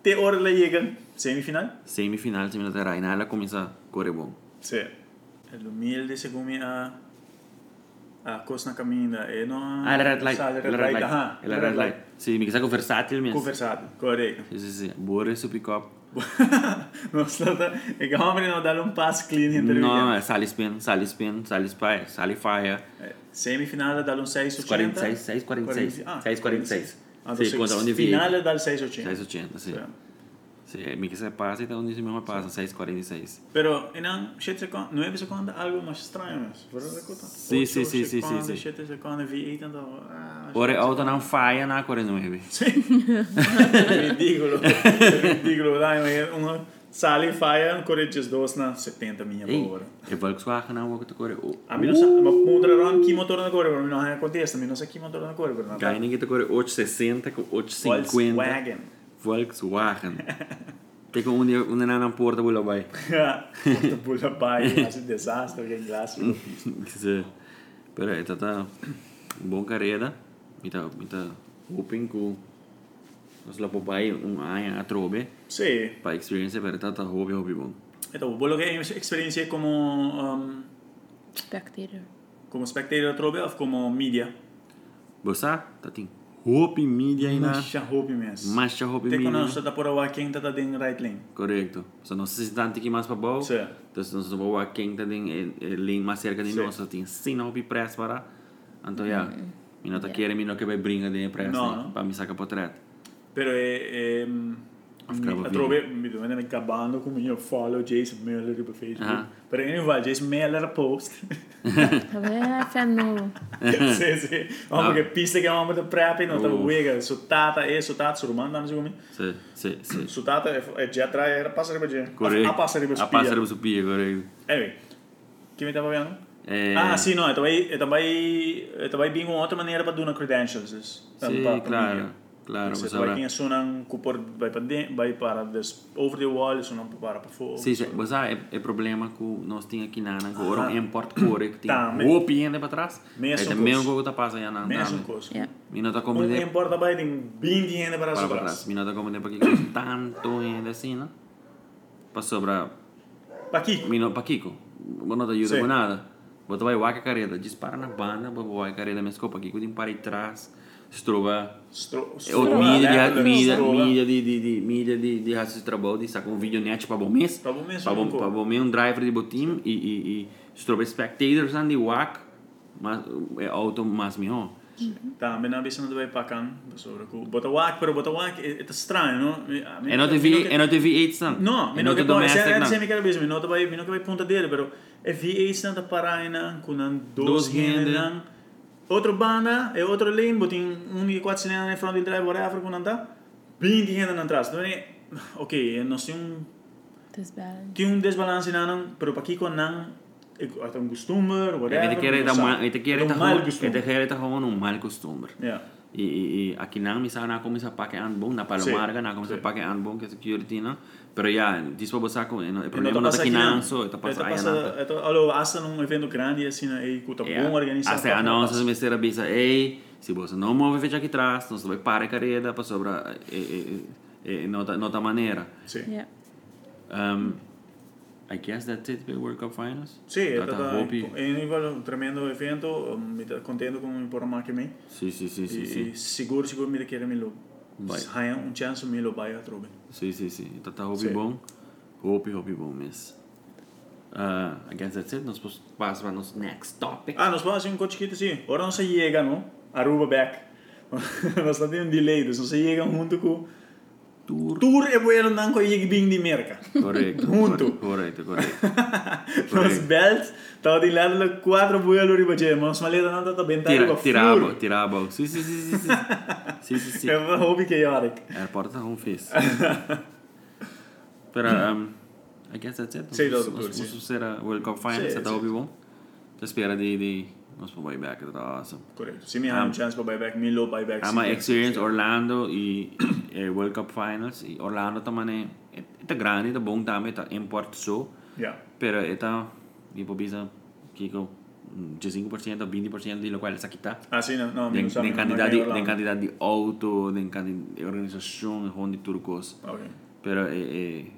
S3: te hora le llega. Semifinal.
S2: semifinal, semifinal de Raina, ela começa a correr bom.
S3: Sí. El 2000 se come a. A Cosna Camina. Eh, no,
S2: Ah, ela red light.
S3: o sea,
S2: Ela
S3: el
S2: red light.
S3: Ajá.
S2: Ela é red light. Sim, me quiser com versátil mesmo.
S3: Conversado, correcto. <laughs>
S2: Sim, sim, sim. Bora esse pick-up.
S3: no, está. Es que hombre no darle un pass clean entre
S2: Não, é Salispin, Salispin, Salispy, Salifire.
S3: Semifinal dale Eh, un 6.80.
S2: 46, 6, 46.
S3: ah,
S2: 6, 46. Sim, contra onde vi.
S3: Final dale 6.80.
S2: 680, sim.
S3: Yeah.
S2: assim. Sim, me quiser passa, então onde se mesmo passa, 646.
S3: Pero eran 7 seconden, 9 seconden algo más extraño. ¿Verdad, Cota?
S2: Sí, sí, sí, sí, sí, sí.
S3: 7 seconden, vi eran todo. Ah,
S2: Ora, auto não falha na 49.
S3: <laughs> ridículo. ridículo. Dai, ma uno sale e fai un correggio sdosna 70 miglia per
S2: Ei,
S3: ora.
S2: é Volkswagen, não, vou te correr.
S3: A me non sa, ma mudreranno chi motore da corre, però non è contesta, mi non sa chi motore da corre, però
S2: Ganha ninguém tá correndo 860 com 850.
S3: Volkswagen. <laughs>
S2: Volkswagen. Tem como onde onde não na porta bola <laughs> vai.
S3: Porta bulla pai, quasi un disastro che in classico.
S2: Mm. Quer pera aí, tá tá bom carreira. Mita mita hoping com nós lá vai um ano a trobe
S3: Sì,
S2: para experience pera tá tá hobby hobby bom.
S3: e dopo, quello che esperienza è come um,
S4: Spectator.
S3: come spectator trobe o come media?
S2: Bossa tá tem hobby media aí na
S3: Masha hopi mes.
S2: Masha hobby
S3: Te conosco
S2: media.
S3: da por a quem tá dentro right lane.
S2: Correto. Só não se sente aqui mais para bom.
S3: Sì.
S2: Então nós vamos a quem tá tem link mais cerca de
S3: Sì.
S2: nós, só tem sim hobby press para. Então já. Mina tá querendo, mina que vai brincar de press,
S3: No, no.
S2: para me sacar portret.
S3: Però è... è
S2: Afgavo
S3: mi,
S2: video.
S3: trovo, mi dovete mi cabando come io follow Jason Miller per Facebook.
S2: Ah.
S3: Però io va Jason
S2: <laughs>
S3: Miller post.
S4: Vabbè, fanno...
S3: sì, sì. Ma
S2: Ah.
S3: che piste che avevamo da prepi, non stavo
S2: Uff.
S3: uega. Sottata e sottata, eh, su romanda, non so come.
S2: Sì, sì, sì.
S3: Sottata e- e già tra eh, era passare per già.
S2: Corretto.
S3: A passare per
S2: A
S3: spia.
S2: passare su pia, corretto.
S3: Anyway, che mi stavo vedendo?
S2: Eh,
S3: Ah, sì, no, e vai bem com outra maneira para dar credentials.
S2: Sì,
S3: para
S2: claro. Claro,
S3: Se
S2: você
S3: vai quem
S2: sabe.
S3: sunan cupor vai para dentro, vai para des, over the wall, sunan para para fora.
S2: Sì, sì, você sabe, è problema com nós tinha aqui na Ana, agora
S3: Ah.
S2: um import core que tem
S3: Tá, me-
S2: roupa ainda para trás.
S3: Mesmo
S2: É também
S3: curso.
S2: um que tá passando aí na
S3: Mesmo
S2: Ana.
S3: coisa.
S4: Yeah.
S2: Mina tá
S3: Um
S2: comendo
S3: importa vai tem bem dinheiro para
S2: para
S3: sobrar.
S2: trás. Mina tá comendo para aqui <coughs> tanto ainda assim, né? Para sobrar
S3: Para aqui.
S2: Mino pa Kiko, vou não te ajuda
S3: Sim.
S2: com nada. Vou te vai uaca careta, dispara na banda, vou vai careta minha escopa, Kiko tem um para trás, estrova.
S3: Stro, stro,
S2: Eu mídia É
S3: né?
S2: de mídia,
S3: Strova.
S2: mídia de de de mídia de de raça trabalho, de saca um vídeo net para bom mês.
S3: Pra bom mês,
S2: Para bom,
S3: nunca.
S2: para bom mês um driver de botim e e e estrova spectators and the uac, mas é auto mas meu.
S3: Tá, mas na bicha não vai para cá, para sobrar. Bota wak, pero bota wak, é estranho, não?
S2: É não teve, é não teve eight stand.
S3: No,
S2: é
S3: meno
S2: não
S3: che
S2: te
S3: poi,
S2: domestic
S3: se non
S2: não.
S3: mi chiaro bisogno, nota poi, meno che poi punta dire, però, e vi è stata paraina con un dos
S2: Dos handen.
S3: handen, otro banda e otro lane, but in un di quattro handen in front di drive, whatever, con andà, 20 handen in trust, non è, ok, e non si un,
S4: Disbalance.
S3: ti un desbalance in anan, però pa chi con anan, e è un costumer, whatever,
S2: Ele quer dar mal, ele quer
S3: un
S2: dar
S3: mal
S2: mal,
S3: costumer,
S2: ele quer dar um mal costume.
S3: yeah,
S2: I, i, i, aqui não, misa na como se paque anbon, na palomarga na como se
S3: Sí.
S2: paque anbon que security não. Pero já, disso para você com, o
S3: E non
S2: problema não
S3: ti
S2: tá
S3: passa
S2: aqui
S3: chi
S2: não,
S3: nan.
S2: só
S3: E
S2: tá
S3: ti
S2: passando aí
S3: passa-
S2: nada.
S3: e ti- allora, asta un evento grande, assim, e com
S2: É,
S3: bom organizado,
S2: Assim, a nossa se mestre avisa, ei, se você não move veja aqui atrás, nós vai para a carreira para sobra e, e, e, e nota nota maneira.
S3: Sì.
S4: Yeah.
S2: Um, I guess that's it with World Cup Finals.
S3: Sì, è
S2: Tá, tá,
S3: stato
S2: hopi.
S3: è un tremendo evento, um, mi da- contento con un po' anche me.
S2: Sim, sim, sim, sim,
S3: E-
S2: sim.
S3: e Sicuro, sicuro mi richiede me lo.
S2: Vai.
S3: Se hai un chance me lo vai a trovare.
S2: Sim, sim, sim. Tá tá hope
S3: Sim.
S2: bom. Hope, hope bom, miss. Uh, I guess that's it. Nós passamos para nosso next
S3: <laughs>
S2: topic.
S3: Ah, non sbaglio, un coach kit, sì. Ora non si <laughs> llega, no? A Ruba back. non sta di un delay, non si llega junto con
S2: Tour.
S3: Tour e poi andare con i bing di merca.
S2: Correcto.
S3: Junto.
S2: Correcto, correcto.
S3: <laughs> Los belts, stavo di là del 4 poi lo rifacevo, ma smalito non tanto bentare
S2: Tira,
S3: con
S2: tirabo, tirabo. Sì, sì, sì, sì. Sì, sì, sì. sì.
S3: È un hobby chaotic.
S2: Airport home
S3: <laughs>
S2: face. Pero, um, I guess that's it.
S3: Sì, dat
S2: dat
S3: is goed,
S2: Moest
S3: sì.
S2: sera World Cup tá Finals,
S3: Sì,
S2: dat
S3: sì.
S2: hoop je wel. Dus spera die, die, ons voorbij back, dat was awesome.
S3: Corretto. Se mi ha un chance per buyback, mi lo buyback.
S2: I'm experience Orlando i, i World Cup Finals. I Orlando taman e, ita grande, ita bom taman, ita import so.
S3: Yeah.
S2: Pero ita, mi pobisa, kiko, mm, 15% 20% di lo quale sa kita.
S3: Ah sì, no, no, mi
S2: Den,
S3: sa.
S2: den cantidad di, den cantidad di auto, den cantidad di organizzazione, gewoon di turcos.
S3: Ok.
S2: Pero eh, eh,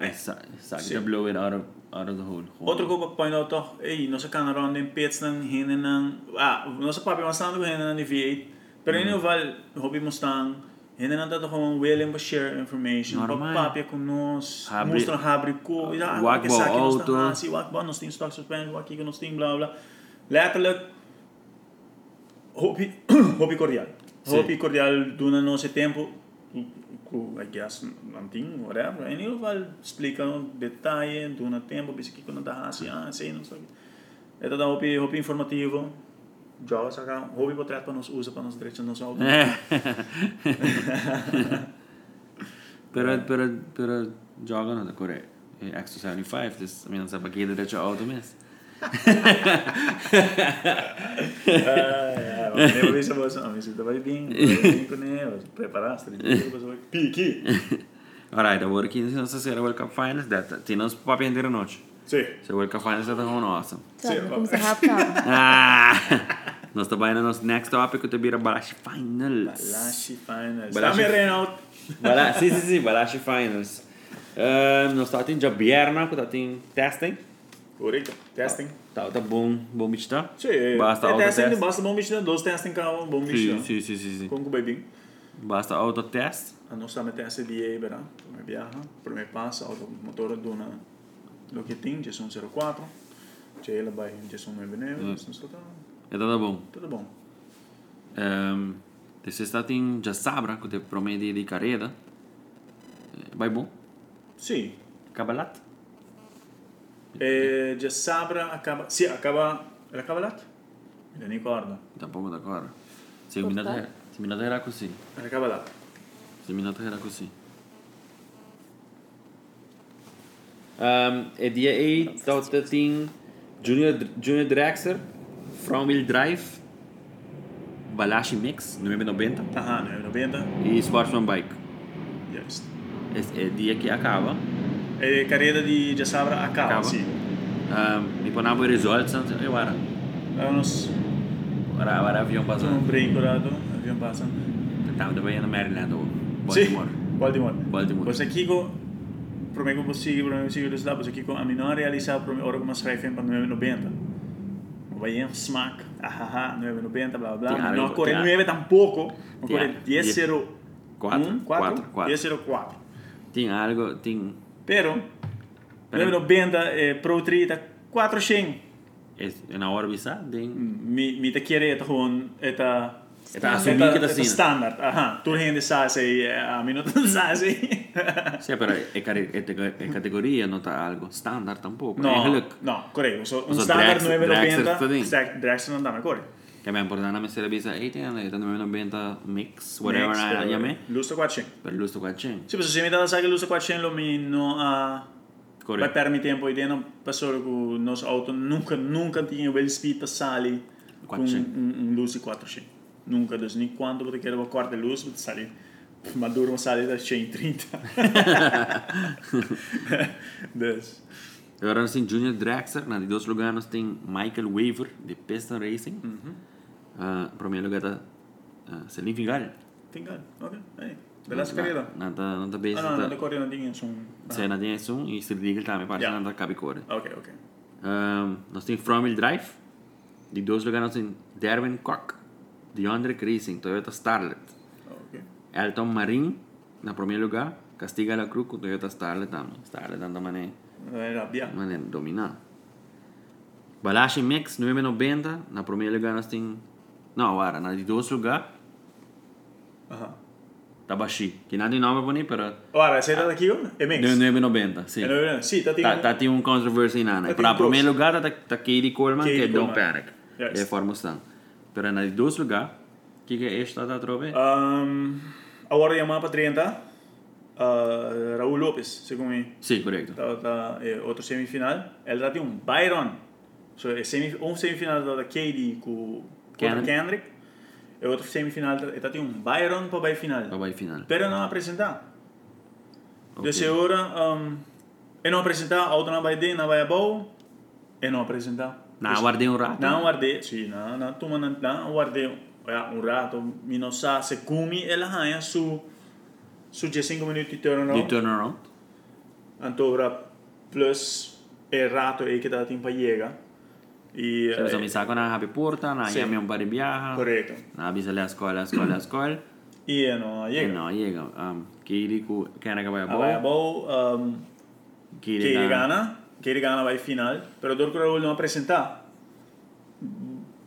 S2: eh, sa- sa- to blow it out of, out of the hole. Gewoon.
S3: Otro copa point out toch, hey, no se kan rond in pits dan heen en dan, ah, no se papi maar staan ook heen en dan die V8. Pero in
S2: Mm.
S3: ieder geval, hobby moest staan, heen en dan dat gewoon willen en share information.
S2: Normaal.
S3: Normaal. Papi kon ons,
S2: Habri-
S3: moest dan habriko, ja,
S2: Wakbo
S3: welke zaken ons
S2: auto.
S3: dan aan zien, wakbo, ons team stock suspend, wakkie ons team, bla bla. Letterlijk, <coughs> hobby, hobby cordial.
S2: Sì.
S3: Hobby cordial doen in ons tempo. Cu, I guess, anting, whatever. In ieder geval, spreken detail, doen het tempo, bis ik kon de haasje aan, zeen en zo. Het is een hobby, hobby informativo. Joga sa ka, hobby portret pa nos usa pa nos diretso nos Eh, auto.
S2: É. pero, pero, pero, joga na correct. Eh, Exo 75, dus I mean, sa pakita dat je auto mis.
S3: Ah, ne bisa mo sa amin sita vai bing, bing ko ne, preparaste, hindi ko sa piki.
S2: Alright, dan word ik in de sera World Cup Finals. Dat tinos papi intera noche.
S3: Sí.
S2: Se World Cup Finals dat gewoon awesome.
S4: Sabe
S3: Sim,
S4: como se raptava?
S2: Ah! Nós também no nosso next topic, eu te vira Balashi Finals.
S3: Balashi finals.
S2: Balashi-
S3: Dame Renault.
S2: Bala, sim, sim, sim, Balashi Finals. Um, nós estamos em Jabierna, que está em testing.
S3: Correcto. Testing.
S2: Tá, tá bom, bom bicho, tá?
S3: Sì,
S2: Basta
S3: eh,
S2: auto
S3: testing,
S2: test.
S3: basta bom bicho, dos testing ka, bom
S2: Sim,
S3: bicho.
S2: sim, sim, sim, sim.
S3: Con ko baby.
S2: Basta autotest.
S3: A nossa meta é SDA, verá? Primeiro viaja, primeiro passa, o motor do na lo que tem, Jason 04, Jaila by Jason 99, Jason 04,
S2: Então tá bom.
S3: tudo bom.
S2: Um, você está em Jassabra, que te promete de carreira. eh, Vai bom?
S3: Sim.
S2: Cabalat?
S3: E já sabra acaba, sim, acaba, era acaba lá? Me não recordo.
S2: Tampouco da cor. Se minuto era, se minuto era così.
S3: Era acaba lá.
S2: Se minuto era così. Um, e dia 8 está em Junior, Junior Dragster, Fromwheel Drive, Balashi Mix, 990.
S3: Aham, 990,
S2: e Sportsman Bike.
S3: ah, yes.
S2: Es- É, dia que acaba.
S3: E carreira de já sabra acaba,
S2: Acaba.
S3: sim.
S2: Um, e para Resort, Santa eu era.
S3: Lá nós
S2: Era, era avião
S3: um
S2: passando.
S3: break orado, avião passa.
S2: Estava também na Maryland oh, ou
S3: Sim,
S2: Baltimore.
S3: Baltimore.
S2: Baltimore.
S3: Pues aquí con promedio posible, promedio posible está, pues aquí con a mí no ha realizado promedio ahora como se en para 990. No vaya en smack, ajaja, 990, bla bla
S2: Te
S3: bla.
S2: algo,
S3: No corre
S2: te algo.
S3: 9 tampoco, no
S2: Te
S3: corre
S2: algo.
S3: 10 0
S2: Cuatro, cuatro, cuatro.
S3: 10 0 4.
S2: Tem algo, tem.
S3: Pero 990 eh, Pro 3 está 4 shin.
S2: É, na órbita, tem.
S3: Mi mi te quiere esta con esta
S2: Está assumindo que tá assim.
S3: standard, ajá. Tú gente sabe, eh, a mí no te <laughs> sabe.
S2: Sim, mas é, cari- é, te- é categoria, não está algo standard Eh, tampouco.
S3: No,
S2: Eigenlijk.
S3: no, correcto. So, un
S2: So,
S3: standard
S2: Drax-
S3: 990,
S2: Draxler
S3: exact- Draxler non dà mai cuore.
S2: Que é bem importante na minha cerveja, ei, tem ali, tá no meu 90 mix, whatever,
S3: Next,
S2: né,
S3: eh,
S2: chamei.
S3: Lusto 400.
S2: Per l'uso qua c'è.
S3: Sì, perché se mi dà sai che lusto 400 lo mi non ha... Vai
S2: Corretto.
S3: permi tempo, idea non passo con nos auto, nunca, nunca tinha quel speed passali con
S2: 400.
S3: un, un lusto 400. Nunca, dus nem quando perché era il quarto lusto, perché sali, <laughs> ma dura un sali da 130.
S2: <laughs>
S3: <laughs> dus,
S2: Agora nós temos Junior Draxler, na de dois lugares nós temos Michael Waver, de Piston Racing. Ah, primeiro lugar está uh, Selim Fingal.
S3: tinga, ok, ehi, bella carriera.
S2: Não está não está
S3: Ah no, non
S2: besta.
S3: ricordo, non tinha, sono...
S2: Se não tem isso, e se liga também, parece que
S3: Ja.
S2: não está capicore.
S3: Ah,
S2: Ehm,
S3: Ok, ok.
S2: Nós temos Fromwheel Drive, de dois lugares nós temos Darwin Cock, de Andre Racing, Toyota Starlet.
S3: Ah, Ok.
S2: Elton Marin, na primeiro lugar, Castiga La Cruz, com Toyota Starlet também. Starlet anda mané.
S3: Eh, rabbia.
S2: Mano, é dominar. Balashi Mix, 990. Na primeiro lugar nós tem... Não, agora, na de dois lugar.
S3: Aham.
S2: Tabaxi. Que nada em nome pra mim, pero...
S3: Ora, sei tá aqui,
S2: De
S3: é mês.
S2: 990, sim.
S3: Sim, tá
S2: Tá,
S3: tipo.
S2: tá tem um controversy na né?
S3: Tá
S2: Pra
S3: tem
S2: primeiro lugar tá, tá Katie Coleman
S3: Katie
S2: que é Don
S3: Coleman.
S2: Panic.
S3: Yes.
S2: É formação. Pero na dois lugar que que é esta da trove?
S3: Um, agora ia para 30. Uh, Raul Lopes, segundo mim.
S2: Sim, correto.
S3: Tá, tá, é, outro semifinal. Ele tá de um Byron. So, é semi, um semifinal da Katie com
S2: Kendrick.
S3: Kendrick. Kendrick. E outro semifinal ele tá de um Byron para a final.
S2: Vai Tá final.
S3: Pero não apresentar.
S2: Ok.
S3: De seguro, um, eu não apresentar, outro não vai de, não vai a bom. Eu não apresentar.
S2: Na aguardei um rato.
S3: Não guardei, sì, no, no, tu non, non guardei eh, un rato, mi non sa se come e la haia su su 5 minuti
S2: De
S3: di turnaround,
S2: turnaround.
S3: ancora plus il rato e che dati in paiega. E
S2: Se você me saco na happy porta, na
S3: Sim.
S2: llame um par de viaja.
S3: eh, corretto.
S2: Na avisa le a escola, a escola, a escola.
S3: E no,
S2: E
S3: iega.
S2: não, chega. Um, Katie com quem é que vai a
S3: Ah, Vai a
S2: boa?
S3: bow, um, che
S2: Katie gana.
S3: gana, che gana vai in finale, però dopo lo vogliono presentare.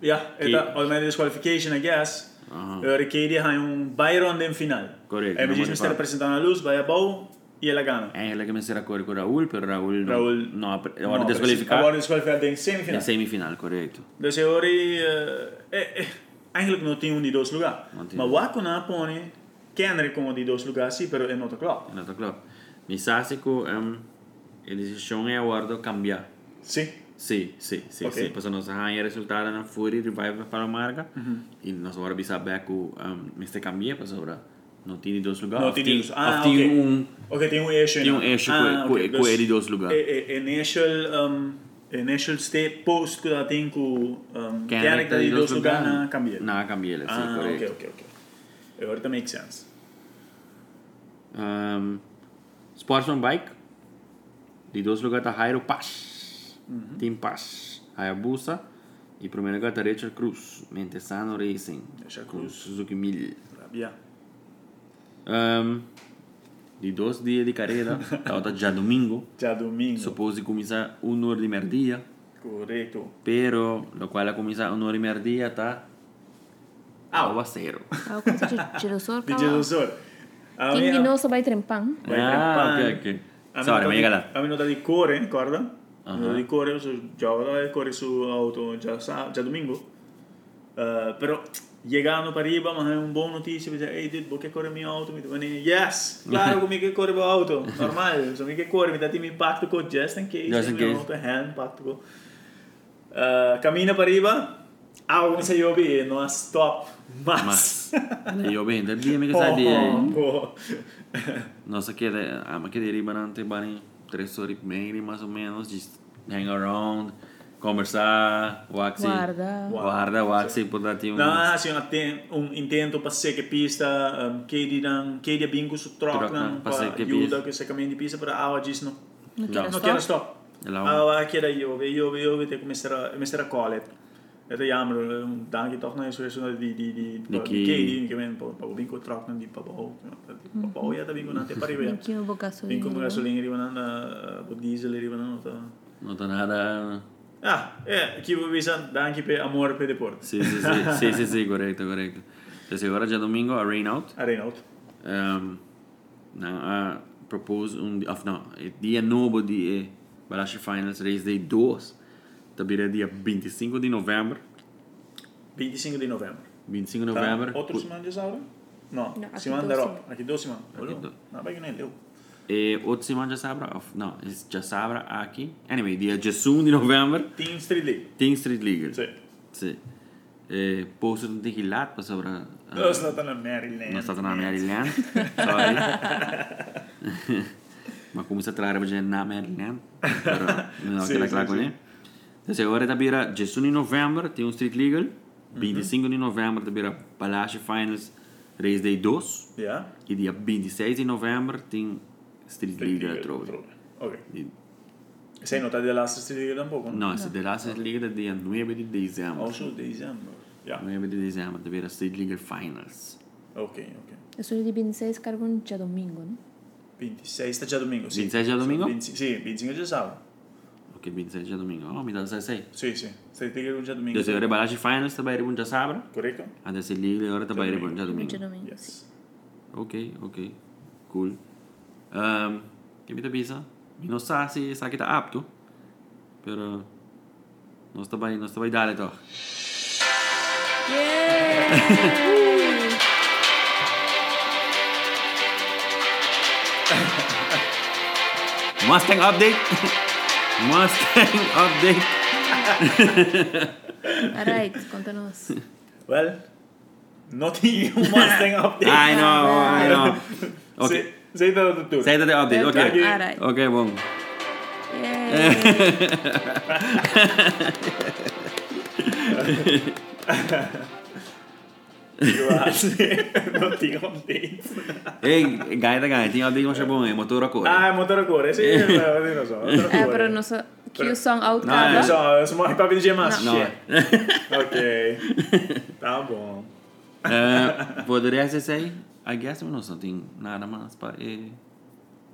S3: Yeah,
S2: Chi-
S3: è ormai disqualification, I guess.
S2: Aha.
S3: Ora Katie ha un Byron in finale.
S2: Corretto,
S3: E
S2: non
S3: mi dice
S2: vuole
S3: stai
S2: fare.
S3: presentando la luz, vai a bow e la gana.
S2: É ela que me será correr com Raul, pero Raul não.
S3: Raul-
S2: Não, apre-
S3: No,
S2: hora
S3: presen-
S2: desqualificar.
S3: Agora é desqualificado in
S2: Na
S3: semifinale.
S2: É semifinal, correto.
S3: Dus je hoort, eh, eh, eh, eigenlijk nog tien die dos lugar.
S2: Non ti-
S3: Ma Waco Napoli, Kendrick come di dos lugar, sì, però è noto club.
S2: Renato Klopp. Mi sa se co, um, a decisão é aguardo cambiar.
S3: Sì.
S2: Sim, sim, sim,
S3: Ok.
S2: sim. Pois nós ganhamos resultado na Fury Revival para a marca. E nós agora precisamos ver que um, este cambia, pois agora não tem dois lugares.
S3: No, tiene dos. Ah,
S2: tem
S3: ok.
S2: um.
S3: Ok, tem um eixo.
S2: Tem
S3: né?
S2: um eixo
S3: Ah,
S2: com-
S3: ok,
S2: com-
S3: dos-
S2: com ele em dois lugares.
S3: É, é, initial, um, initial step post que ela tem com um,
S2: Quem é
S3: Kendrick tá
S2: tem
S3: em dois lugares na cambia.
S2: Na cambia, sim,
S3: Ah, ok,
S2: correto.
S3: ok, ok. Agora tá make sense.
S2: Um, Sportsman Bike. De dois lugares está Jairo Paz. Tem Paz. Hayabusa. E primeiro lugar está Richard Cruz. Mentesano Racing.
S3: Richard
S2: Com
S3: Cruz.
S2: Suzuki 1000.
S3: Rabia.
S2: Um, de dois dias de
S3: <laughs>
S2: carreira, estava já domingo.
S3: Já domingo.
S2: Supose que começar uma hora de meio-dia,
S3: Correto.
S2: pero lo cual começa uma hora de meio-dia está aguacero.
S4: Ah, quanto ci- ci lo sorca?
S3: DJ do Sol. A
S4: Quindi
S3: minha-
S4: non so vai trempan.
S3: Vai
S2: Ah,
S3: trepando.
S2: ok, ok.
S3: A
S2: Sorry, Ah.
S3: minuta
S2: me
S3: di-
S2: llega lá.
S3: <laughs> A minuta de core, corda? A
S2: Aham.
S3: minuta de core, eu jogo de core su auto já, sa- já domingo. Uh, pero chegando para riba, mas é um bom notícia, dizer, ei, dude, vou que core meu auto, me diz, yes,
S2: <laughs>
S3: claro, comigo que core meu auto, normal, só me que core, me dá time impacto com just in case,
S2: Just in
S3: meu
S2: case.
S3: auto hand impacto com. Uh, camina para riba, ah, como se eu não é stop, Oh,
S2: Mas,
S3: mas...
S2: eu bem, del dia me que
S3: <laughs> Pô,
S2: sabia.
S3: pô. oh.
S2: Nossa, que a ma que deriva ante bani 3 horas e meia, mais ou menos, de hang around, conversar, waxi.
S4: Guarda.
S2: Guarda, waxi, por dar um.
S3: Na, assim, até um intento para ser que pista, um, que ele não, que ele bingo su troca,
S2: Troca,
S3: não,
S2: para ser
S3: para
S2: que
S3: ajuda
S2: pista.
S3: que você caminha de pista ah, para aula disso, não.
S4: Non
S2: No.
S4: c'era
S3: Não
S4: stop.
S3: quero stop.
S2: Ela-
S3: Ah, que era Juve, Juve, Juve, tem que começar a, começar a colet. Eta jammer, um, danke toch na isso, isso, di, di, di, di,
S2: Di chi?
S3: di, che men, pa, pa, bingo troca, di, pa, pa, pa, pa, ja, da bingo, não, te pari, vea.
S4: Neanche io bocasso Mm. di
S3: Bingo,
S4: nuovo.
S3: gasolina, rimanando, o diesel, rimanando, tá.
S2: Não tá nada.
S3: Ah, é, que eu vi, danke per amor per deporte.
S2: Sí, sí, sí, sí, sí, sí, correcto, correcto. Entonces ahora ya domingo a Rain Out.
S3: Arena out.
S2: Um, na, a propose um of não, é dia novo de eh, Balashi Finals Race Day 2. Também é dia 25 de novembro.
S3: 25 de novembro.
S2: 25 de
S3: Tá?
S2: novembro.
S3: Outro semana de Isaura? Não,
S4: Não, aqui
S3: semana
S4: duas
S3: da
S4: semanas.
S3: Europa. Aqui duas semanas. Olha,
S2: duas.
S3: Não, vai que nem leu.
S2: E outra semana já sabra, of, não, es- já sabra aqui. Anyway, dia 11 de novembro,
S3: Team Street League.
S2: tem Street League.
S3: Sim.
S2: Sim. Eh, posto não tem que ir lá para sobrar.
S3: Nós estamos na Maryland.
S2: Não está na Maryland. <laughs> Sorry. Ma come si trarrebbe già na Maryland? <laughs> Però non
S3: Sì,
S2: che la
S3: sì,
S2: claco
S3: sì.
S2: lì. Se ora da birra Gesù in novembre, tem un street legal. 25 de novembro da birra Palace Finals Race Day 2.
S3: Yeah?
S2: E dia 26 de novembro tem street legal trovo.
S3: Ok. Sei notato della Street League tampouco?
S2: No, se della street legal è dia 9 di dicembre.
S3: Also Oh, di dicembre. Yeah.
S2: 9 di dicembre da birra street legal finals.
S3: Ok, ok.
S4: E solo di 26 carbon c'è domingo, né? no?
S3: 26 sta già domingo, sì.
S2: 26 già domingo?
S3: 20, sì, 25 già sabato.
S2: Ok, 26 già domingo. Oh, mi dà 6-6.
S3: Sì, sì. Street League già domingo.
S2: Io se ora Palace Finals tá da birra già sabra.
S3: Corretto?
S2: Eh, Adesso lì le ore da Bayern
S3: Domingo.
S2: già
S4: Non c'è
S2: domenica.
S4: domingo.
S3: Yes.
S2: ok, ok. Cool. Um, que me pensa? Não sei se está aqui tá apto, pero nós também, nós também dá então.
S4: Yeah!
S2: Mustang update. <laughs> Mustang update.
S4: Alright,
S3: <laughs>
S4: contanos.
S3: Well, not EU <laughs> Mustang update.
S2: I know, I know. Okay.
S3: Say, say that on the tour.
S2: Say that the update. Okay.
S4: Alright.
S2: Okay, bom.
S4: Yeah.
S3: Grazie. Nothing update.
S2: Ei, gaita, gaita, tinha update, mas é bom, é motor a cor.
S3: Ah, è motore a cuore, sì, eh, non lo so. motore a
S4: Eh,
S3: cuore.
S4: pero no so. Q song out
S2: No,
S3: Non
S2: eh.
S3: so,
S4: cada.
S3: sono i papi di Gemas.
S2: No.
S3: Ok. Tá bom.
S2: Eh, poderia ser isso aí? I guess, mas não tem nada mais para eh,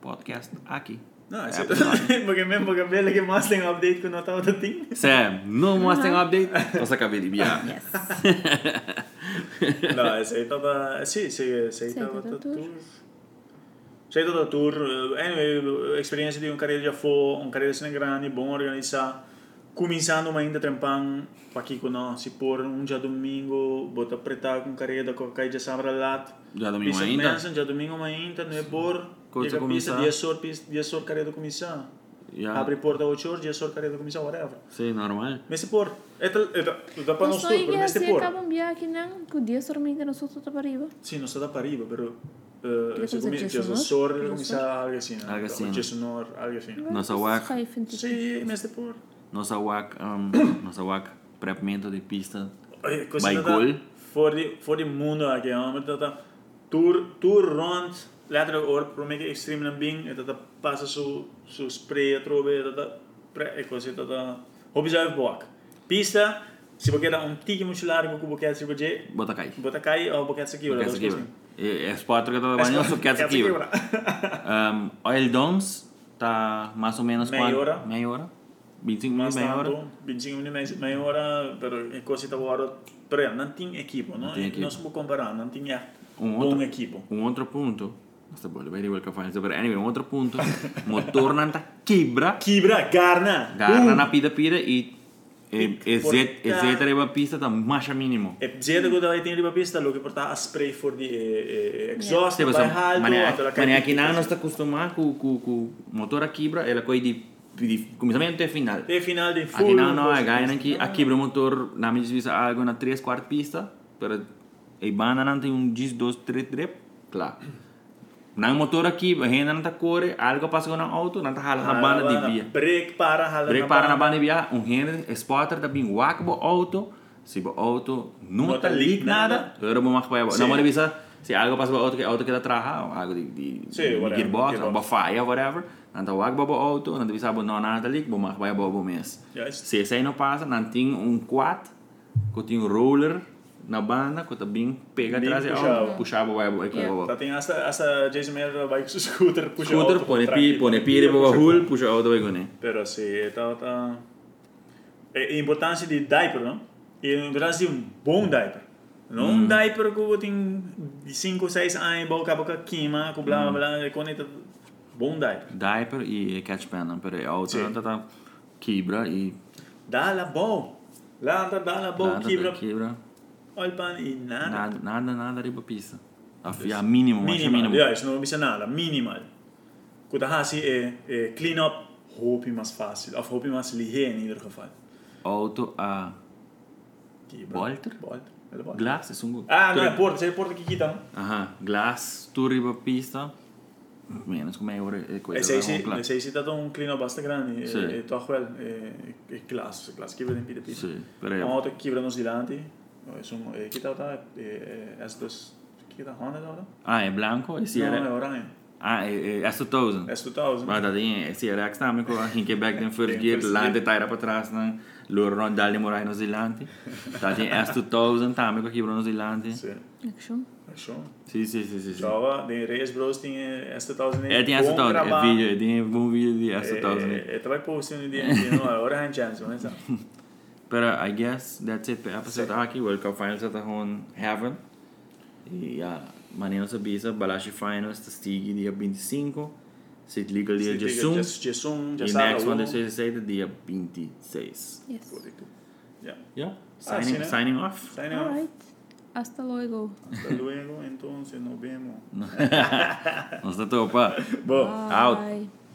S2: podcast aqui.
S3: Ah, No, sì.
S2: Apple Podcast.
S3: <laughs> Perché membo che bello che Mustang update con Ottawa da Ting.
S2: Sam, é, no Mustang update? Nós acabei de biar.
S3: <laughs>
S4: Yes.
S3: No, sei stata... Sì, sì, sei
S4: Sei
S3: stata
S4: stata
S3: tour. Sei stata tour. eh, Anyway, esperienza di un carriera già fu, un carriera se ne grani, buon organizza. Cominciando ma ainda trempan, pa chico no, si por un già domingo, bota preta con carriera da coca già sabra lat.
S2: Já domingo
S3: Pisa
S2: ainda?
S3: Mensa, già domingo ma ainda, ne por.
S2: Cosa
S3: Cosa comincia?
S2: cominciare?
S3: 10 or, 10 or carriera da comincia.
S2: Já.
S3: Apri porta 8 or, 10 or carriera da comincia, whatever.
S2: Sim, normal.
S3: Mesi por. Eta, eta, da pa
S4: No
S3: non
S4: so
S3: sto, per
S4: che
S3: mesi
S4: se
S3: por.
S4: acaba um un viaggio, non podia dormire, non so tutto per arriva.
S3: Sì, non sta da Pariba, però... Uh,
S4: Che
S3: se
S4: cos'è
S3: comincia
S4: Gesù
S3: a
S4: Nord?
S3: sorrere,
S4: Non
S3: comincia
S4: so.
S3: a Algasina.
S2: Algasina.
S3: Gesonor, Algasina.
S2: Nossa WAC,
S3: Sì, mesi por.
S2: nossa WAC, um, nossa WAC, preparamento de pista.
S3: Eh,
S2: By
S3: Questa è
S2: goal.
S3: fuori, fuori mondo anche, no? Ma è stata tour, tour rond, l'altro or, per me che extreme lambing, è stata passa su, su spray a trove, è stata... Pre, e così è stata... Hobby Jive Walk. Pista, si può chiedere un ticchio molto largo, cubo che altri progetti,
S2: Bota cai.
S3: Botakai o Bocazza Kiva,
S2: Quer
S3: la
S2: se quebra. É sport que eu tava banhando, só quer se quebra.
S3: Kiva.
S2: Um, oil Domes, tá mais ou menos
S3: Meia
S2: quanto?
S3: hora.
S2: Meia hora. tá 25
S3: Ma
S2: minutos, meia hora.
S3: tanto, 25 minuti, mezz- mezz'ora, per e così lavoro, però non ti equipo, no?
S2: tem
S3: E
S2: equipo.
S3: Non si può comparare, non ti è
S2: Un
S3: un
S2: altro-
S3: buon equipo.
S2: Um outro ponto. Nossa, bom, vai ver o que eu falo. But anyway, um outro ponto. Motor não tá quebra.
S3: Kibra, Garna!
S2: Garra
S3: Uh!
S2: na pida pida e... E, e, zet, e zeta leva pista tá mais a mínimo.
S3: E zeta che dovete tenere la pista, lo che porta a spray for di eh, eh, exhaust,
S2: Sì,
S3: yeah.
S2: ma
S3: vai alto,
S2: mania- mania que não está acostumado com, com, com motor a quebra, ela coi de, de começamento até final.
S3: E final di full.
S2: Aqui não, não, a
S3: force
S2: eh, gaina
S3: pista.
S2: que a quebra o motor, na minha desvisa, algo na 3, 4 pista, para a banda não tem um 10, 12, 3, 3, claro. Não é um motor aqui, ainda não está corre, algo passa com o auto, não está ralando na banda de via.
S3: Ah, Break para, hala
S2: Break para na banda de via, um render, spotter, tá bem, wack o auto, se o auto não
S3: Não
S2: está
S3: tá
S2: ligue
S3: leak
S2: nada,
S3: nada.
S2: eu vou marcar para
S3: Sim.
S2: Na minha desvisa, se algo passa com o auto, que auto que está atrás, algo de, de,
S3: Sim,
S2: de
S3: whatever,
S2: gearbox,
S3: gearbox.
S2: ou bafaia, whatever, não está wack o auto, não devisa, não nada ligue, vou marcar para o mês.
S3: Yes.
S2: Se essa aí não passa, não tem um quad, que tem um roller na banda, que tá bem pega
S3: Bem
S2: atrás e
S3: puxado.
S2: ó, puxava, vai, vai, vai, vai.
S3: Tá tem essa, essa Jason Mayer bike su scooter, puxa
S2: Scooter,
S3: auto,
S2: põe
S3: track,
S2: pi, põe pi,
S3: puxa
S2: depois
S3: auto.
S2: rul, puxa auto, vai gone.
S3: Però sì, è stata... E l'importanza di eh, diaper, no? E l'importanza di un buon diaper. Non un diaper che ti 5-6 anni, bocca a bocca chima, con bla bla bla, e con il buon diaper.
S2: Diaper e né? catch pan, per auto,
S3: Sì.
S2: não tá quebra e
S3: Dalla bow! L'altra dalla bow,
S2: nada, tá
S3: chibra,
S2: quebra,
S3: il pan e nada.
S2: nada, nada, nada, riba pista. Afia mínimo, acho é
S3: Minimal,
S2: mínimo.
S3: ja, isso não bisa nada, minimal. Quando hasi é, é clean up, hope mais fácil, ou hope mais ligeiro, in ieder geval.
S2: Auto a
S3: Chibra.
S2: Bolter?
S3: Bolter. Ele bolter.
S2: glass, é um
S3: Ah, não, é porta, é porta que quita, não?
S2: Aham, glass, tu riba pista, menos como é hora, é
S3: E
S2: coisa.
S3: sei si, e sei si dato un clean up basta grande,
S2: Sì.
S3: e, e toch wel, e, e class, class, chi vede in pide pide.
S2: Sì, per-
S3: Ma auto chi vede dilanti, e sono, e chi tata, e, e, e, estos, chi tata, Honda tata?
S2: Ah, é branco, esse
S3: No,
S2: era...
S3: è oranje,
S2: Ah, é, é, é 2000.
S3: es 2000.
S2: Maar dat ding is hier echt namelijk hoor. Ging je back dan first
S3: Sim,
S2: gear,
S3: first
S2: lande tijden op atrás dan. Loer rond dalje morai no zilante. Dat ding is 2000 tamelijk hier no zilante.
S3: Sì,
S4: Action.
S3: lasciamo.
S2: Sim, sim, sim, sim.
S3: Trova, dei Reyes Bros tinha S 2000.
S2: É tem
S3: bom
S2: essa tal, é
S3: gravar.
S2: vídeo, é tem um bom vídeo de
S3: Eh.
S2: essa tal.
S3: É, é, vai postar no dia, no oranje chance,
S2: <laughs>
S3: mas não.
S2: uh, But I guess that's it. Per episode aqui, World Cup Finals dat er gewoon heaven. E a Mariano Sabisa, Balashi Finals, tá stigue dia 25. Sit Liga dia
S3: Sim, diga,
S2: 21.
S3: just- just soon,
S2: E
S3: just
S2: next
S3: sábado.
S2: one da CCC dia 26.
S4: Yes.
S3: Yeah.
S2: Yeah.
S3: Ah,
S2: Signing,
S3: sim, né?
S2: signing off.
S3: Signing off.
S4: Alright. Hasta luego.
S3: Hasta luego, entonces nos vemos.
S2: Nossa, tá topa.
S3: Bom.
S2: Out.
S4: Bye.